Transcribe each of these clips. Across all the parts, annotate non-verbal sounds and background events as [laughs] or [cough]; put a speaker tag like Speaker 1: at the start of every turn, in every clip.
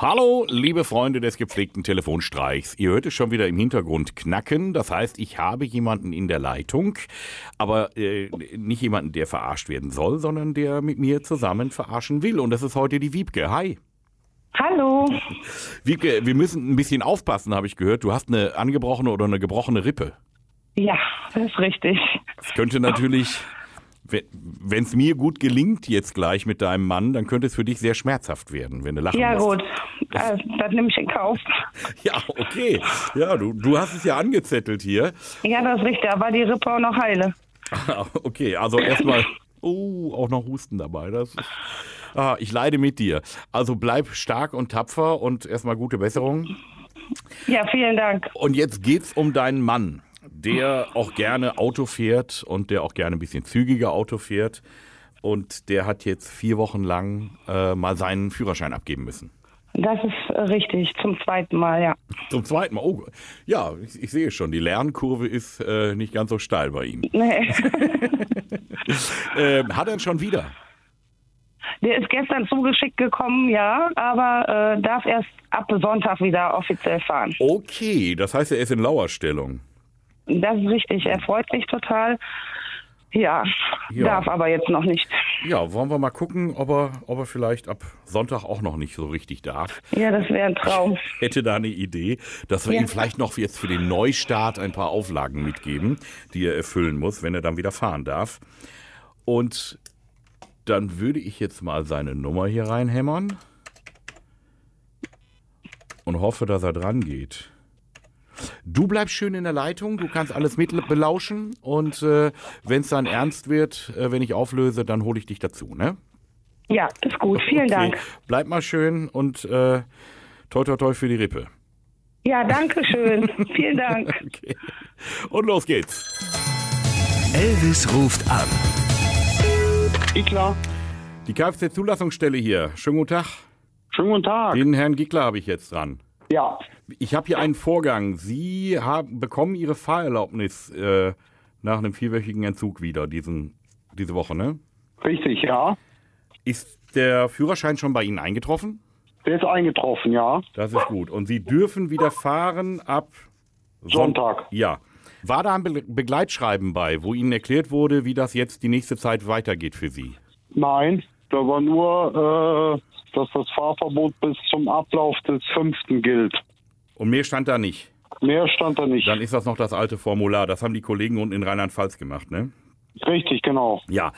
Speaker 1: Hallo, liebe Freunde des gepflegten Telefonstreichs. Ihr hört es schon wieder im Hintergrund knacken. Das heißt, ich habe jemanden in der Leitung, aber äh, nicht jemanden, der verarscht werden soll, sondern der mit mir zusammen verarschen will. Und das ist heute die Wiebke. Hi.
Speaker 2: Hallo.
Speaker 1: Wiebke, wir müssen ein bisschen aufpassen, habe ich gehört. Du hast eine angebrochene oder eine gebrochene Rippe.
Speaker 2: Ja, das ist richtig.
Speaker 1: Es könnte natürlich, wenn es mir gut gelingt jetzt gleich mit deinem Mann, dann könnte es für dich sehr schmerzhaft werden, wenn du lachen
Speaker 2: Ja,
Speaker 1: musst.
Speaker 2: gut. Das, das nehme ich in Kauf.
Speaker 1: [laughs] Ja, okay. Ja, du, du hast es ja angezettelt hier.
Speaker 2: Ja, das ist richtig. Da war die Rippe auch noch heile.
Speaker 1: Ah, [laughs] Okay, also erstmal. Oh, auch noch Husten dabei. Das ist, ah, ich leide mit dir. Also bleib stark und tapfer und erstmal gute Besserung.
Speaker 2: Ja, vielen Dank.
Speaker 1: Und jetzt geht's um deinen Mann, der auch gerne Auto fährt und der auch gerne ein bisschen zügiger Auto fährt. Und der hat jetzt vier Wochen lang äh, mal seinen Führerschein abgeben müssen.
Speaker 2: Das ist äh, richtig. Zum zweiten Mal, ja.
Speaker 1: Zum zweiten Mal. Oh, ja, ich, ich sehe schon, die Lernkurve ist äh, nicht ganz so steil bei ihm.
Speaker 2: Nee.
Speaker 1: Ähm, hat er schon wieder?
Speaker 2: Der ist gestern zugeschickt gekommen, ja, aber äh, darf erst ab Sonntag wieder offiziell fahren.
Speaker 1: Okay, das heißt, er ist in Lauerstellung.
Speaker 2: Das ist richtig. Er freut sich total. Ja,
Speaker 1: Ja.
Speaker 2: darf aber jetzt noch nicht.
Speaker 1: Ja, wollen wir mal gucken, ob er, ob er vielleicht ab Sonntag auch noch nicht so richtig darf.
Speaker 2: Ja, das wäre ein Traum.
Speaker 1: Hätte da eine Idee, dass wir
Speaker 2: Ja.
Speaker 1: ihm vielleicht noch jetzt für den Neustart ein paar Auflagen mitgeben, die er erfüllen muss, wenn er dann wieder fahren darf. Und dann würde ich jetzt mal seine Nummer hier reinhämmern und hoffe, dass er dran geht. Du bleibst schön in der Leitung, du kannst alles mit belauschen und äh, wenn es dann ernst wird, äh, wenn ich auflöse, dann hole ich dich dazu, ne?
Speaker 2: Ja, ist gut. Vielen
Speaker 1: Okay,
Speaker 2: Dank.
Speaker 1: Bleib mal schön und äh, toi toi toi für die Rippe.
Speaker 2: Ja, danke schön. vielen Dank.
Speaker 1: Okay. [laughs] Und los geht's.
Speaker 3: Elvis ruft an.
Speaker 4: Gickler,
Speaker 1: Die Kfz-Zulassungsstelle hier. Schönen guten Tag.
Speaker 4: schönen guten Tag.
Speaker 1: Den Herrn Gickler habe ich jetzt dran.
Speaker 4: Ja,
Speaker 1: Ich habe hier einen Vorgang. Sie haben, bekommen Ihre Fahrerlaubnis äh, nach einem vierwöchigen Entzug wieder diesen, diese Woche, ne?
Speaker 4: richtig, ja.
Speaker 1: Ist der Führerschein schon bei Ihnen eingetroffen?
Speaker 4: Der ist eingetroffen, ja.
Speaker 1: Das ist gut. Und Sie dürfen wieder fahren ab Son-
Speaker 4: Sonntag.
Speaker 1: Ja. War da ein Be Begleitschreiben bei, wo Ihnen erklärt wurde, wie das jetzt die nächste Zeit weitergeht für Sie?
Speaker 4: Nein, da war nur, äh, dass das Fahrverbot bis zum Ablauf des fünften gilt.
Speaker 1: Und mehr stand da nicht.
Speaker 4: Mehr stand da nicht.
Speaker 1: Dann ist das noch das alte Formular. Das haben die Kollegen unten in Rheinland-Pfalz gemacht, ne?
Speaker 4: Richtig, genau.
Speaker 1: Ja.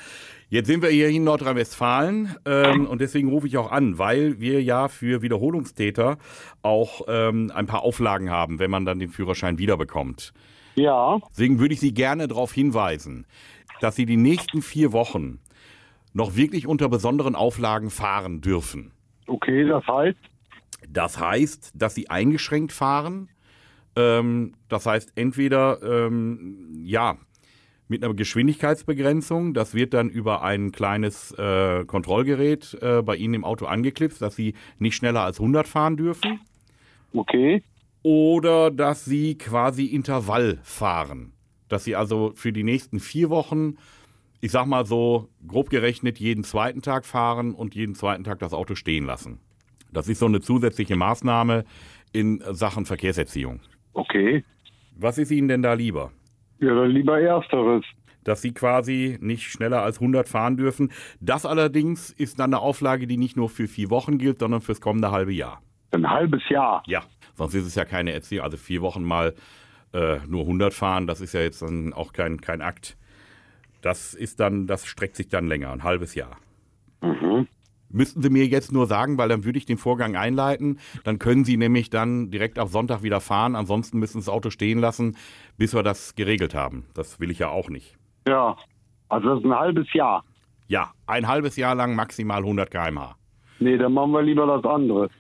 Speaker 1: Jetzt sind wir hier in Nordrhein-Westfalen ähm, und deswegen rufe ich auch an, weil wir ja für Wiederholungstäter auch ähm, ein paar Auflagen haben, wenn man dann den Führerschein wiederbekommt.
Speaker 4: Ja,
Speaker 1: Deswegen würde ich Sie gerne darauf hinweisen, dass Sie die nächsten vier Wochen noch wirklich unter besonderen Auflagen fahren dürfen.
Speaker 4: okay, das heißt,
Speaker 1: Das heißt, dass sie eingeschränkt fahren. Ähm, das heißt, entweder ähm, ja, mit einer Geschwindigkeitsbegrenzung, das wird dann über ein kleines äh, Kontrollgerät äh, bei Ihnen im Auto angeklipst, dass Sie nicht schneller als 100 fahren dürfen,
Speaker 4: okay,
Speaker 1: oder dass Sie quasi Intervall fahren. Dass Sie also für die nächsten vier Wochen, ich sag mal so grob gerechnet, jeden zweiten Tag fahren und jeden zweiten Tag das Auto stehen lassen. Das ist so eine zusätzliche Maßnahme in Sachen Verkehrserziehung.
Speaker 4: okay.
Speaker 1: Was ist Ihnen denn da lieber?
Speaker 4: Ja, dann lieber Ersteres.
Speaker 1: Dass Sie quasi nicht schneller als 100 fahren dürfen. Das allerdings ist dann eine Auflage, die nicht nur für vier Wochen gilt, sondern fürs kommende halbe Jahr.
Speaker 4: Ein halbes Jahr.
Speaker 1: Ja, sonst ist es ja keine Erziehung. Also vier Wochen mal äh, nur 100 fahren, das ist ja jetzt dann auch kein, kein Akt. Das ist dann, das streckt sich dann länger, ein halbes Jahr. Müssten Sie mir jetzt nur sagen, weil dann würde ich den Vorgang einleiten. Dann können Sie nämlich dann direkt auf Sonntag wieder fahren. Ansonsten müssen Sie das Auto stehen lassen, bis wir das geregelt haben. Das will ich ja auch nicht.
Speaker 4: Ja, also das ist ein halbes Jahr.
Speaker 1: Ja, ein halbes Jahr lang maximal 100 km/h.
Speaker 4: Nee, dann machen wir lieber das andere.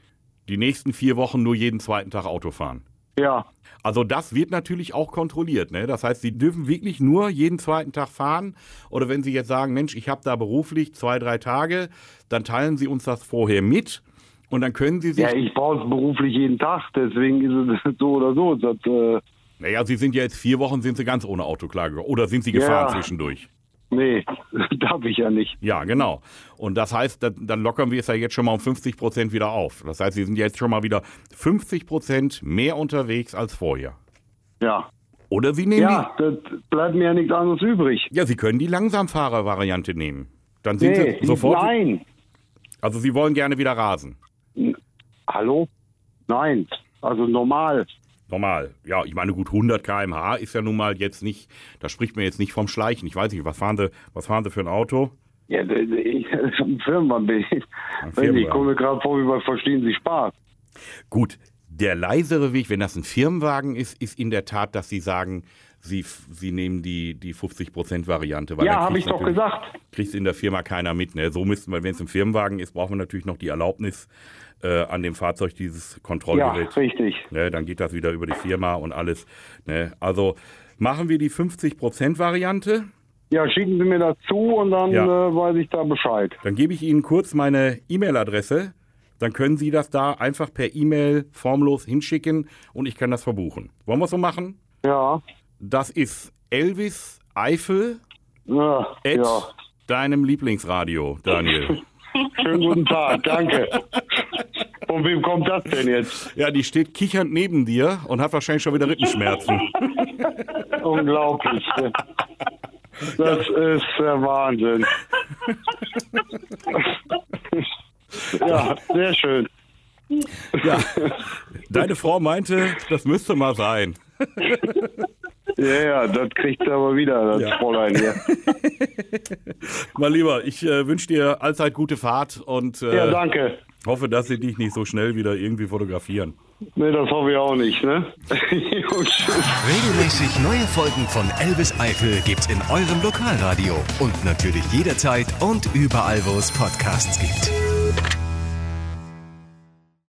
Speaker 1: Die nächsten vier Wochen nur jeden zweiten Tag Auto fahren.
Speaker 4: Ja,
Speaker 1: Also das wird natürlich auch kontrolliert. Ne? Das heißt, Sie dürfen wirklich nur jeden zweiten Tag fahren. Oder wenn Sie jetzt sagen, Mensch, ich habe da beruflich zwei, drei Tage, dann teilen Sie uns das vorher mit. Und dann können Sie sich...
Speaker 4: ja ich brauche es beruflich jeden Tag, deswegen ist es [laughs] so oder so. Das, äh,
Speaker 1: naja, Sie sind ja jetzt vier Wochen, sind Sie ganz ohne Auto klar. gekommen. Oder sind Sie gefahren
Speaker 4: Ja.
Speaker 1: zwischendurch?
Speaker 4: Nee, [laughs] darf ich ja nicht.
Speaker 1: Ja, genau. Und das heißt, dann- dann lockern wir es ja jetzt schon mal um 50 Prozent wieder auf. Das heißt, wir sind jetzt schon mal wieder 50 Prozent mehr unterwegs als vorher.
Speaker 4: Ja.
Speaker 1: Oder Sie nehmen
Speaker 4: Ja, das bleibt mir ja nichts anderes übrig.
Speaker 1: die, ja, Sie können die Langsamfahrer-Variante nehmen. Dann sind
Speaker 4: Nee,
Speaker 1: Sie sofort.
Speaker 4: nein.
Speaker 1: Also Sie wollen gerne wieder rasen.
Speaker 4: Hallo? Nein. Also normal.
Speaker 1: Normal. Ja, ich meine, gut, 100 km/h ist ja nun mal jetzt nicht, da spricht man jetzt nicht vom Schleichen. Ich weiß nicht, was fahren Sie, was fahren Sie für ein Auto?
Speaker 4: Ja, d- d- ich [laughs] ein Firmenmann bin ich. Wenn
Speaker 1: Firmenwagen.
Speaker 4: ich komme mir gerade vor, wie bei Verstehen Sie Spaß.
Speaker 1: Gut, der leisere Weg, wenn das ein Firmenwagen ist, ist in der Tat, dass Sie sagen, Sie, f- Sie nehmen die, die 50%-Variante.
Speaker 4: Ja, habe ich doch gesagt.
Speaker 1: Kriegt in der Firma keiner mit. Ne? So müssten wir, wenn es ein Firmenwagen ist, brauchen wir natürlich noch die Erlaubnis äh, an dem Fahrzeug dieses
Speaker 4: Ja,
Speaker 1: Kontrollgerät.
Speaker 4: richtig.
Speaker 1: ne? Dann geht das wieder über die Firma und alles. Ne? Also machen wir die 50%-Variante.
Speaker 4: Ja, schicken Sie mir das zu und dann
Speaker 1: Ja.
Speaker 4: äh, weiß ich da Bescheid.
Speaker 1: Dann gebe ich Ihnen kurz meine E-Mail-Adresse. Dann können Sie das da einfach per E-Mail formlos hinschicken und ich kann das verbuchen. Wollen wir es so machen?
Speaker 4: Ja.
Speaker 1: Das ist Elvis Eifel
Speaker 4: Ja.
Speaker 1: at
Speaker 4: ja.
Speaker 1: deinem Lieblingsradio, Daniel.
Speaker 4: Schönen guten
Speaker 1: [laughs]
Speaker 4: Tag, danke. Von wem kommt das denn jetzt?
Speaker 1: ja, die steht kichernd neben dir und hat wahrscheinlich schon wieder Rippenschmerzen. [laughs]
Speaker 4: Unglaublich. Das ist
Speaker 1: [laughs]
Speaker 4: der Wahnsinn. Ja, sehr schön.
Speaker 1: ja. Deine Frau meinte, das müsste mal sein.
Speaker 4: Ja, ja, das kriegt er aber wieder, das
Speaker 1: Ja.
Speaker 4: Fräulein hier.
Speaker 1: Mein Lieber, ich äh, wünsche dir allzeit gute Fahrt und äh,
Speaker 4: Ja, danke.
Speaker 1: hoffe, dass sie dich nicht so schnell wieder irgendwie fotografieren.
Speaker 4: Nee, das hoffe ich auch nicht, ne? [laughs] Jo, tschüss.
Speaker 3: Regelmäßig neue Folgen von Elvis Eifel gibt's in eurem Lokalradio und natürlich jederzeit und überall, wo es Podcasts gibt.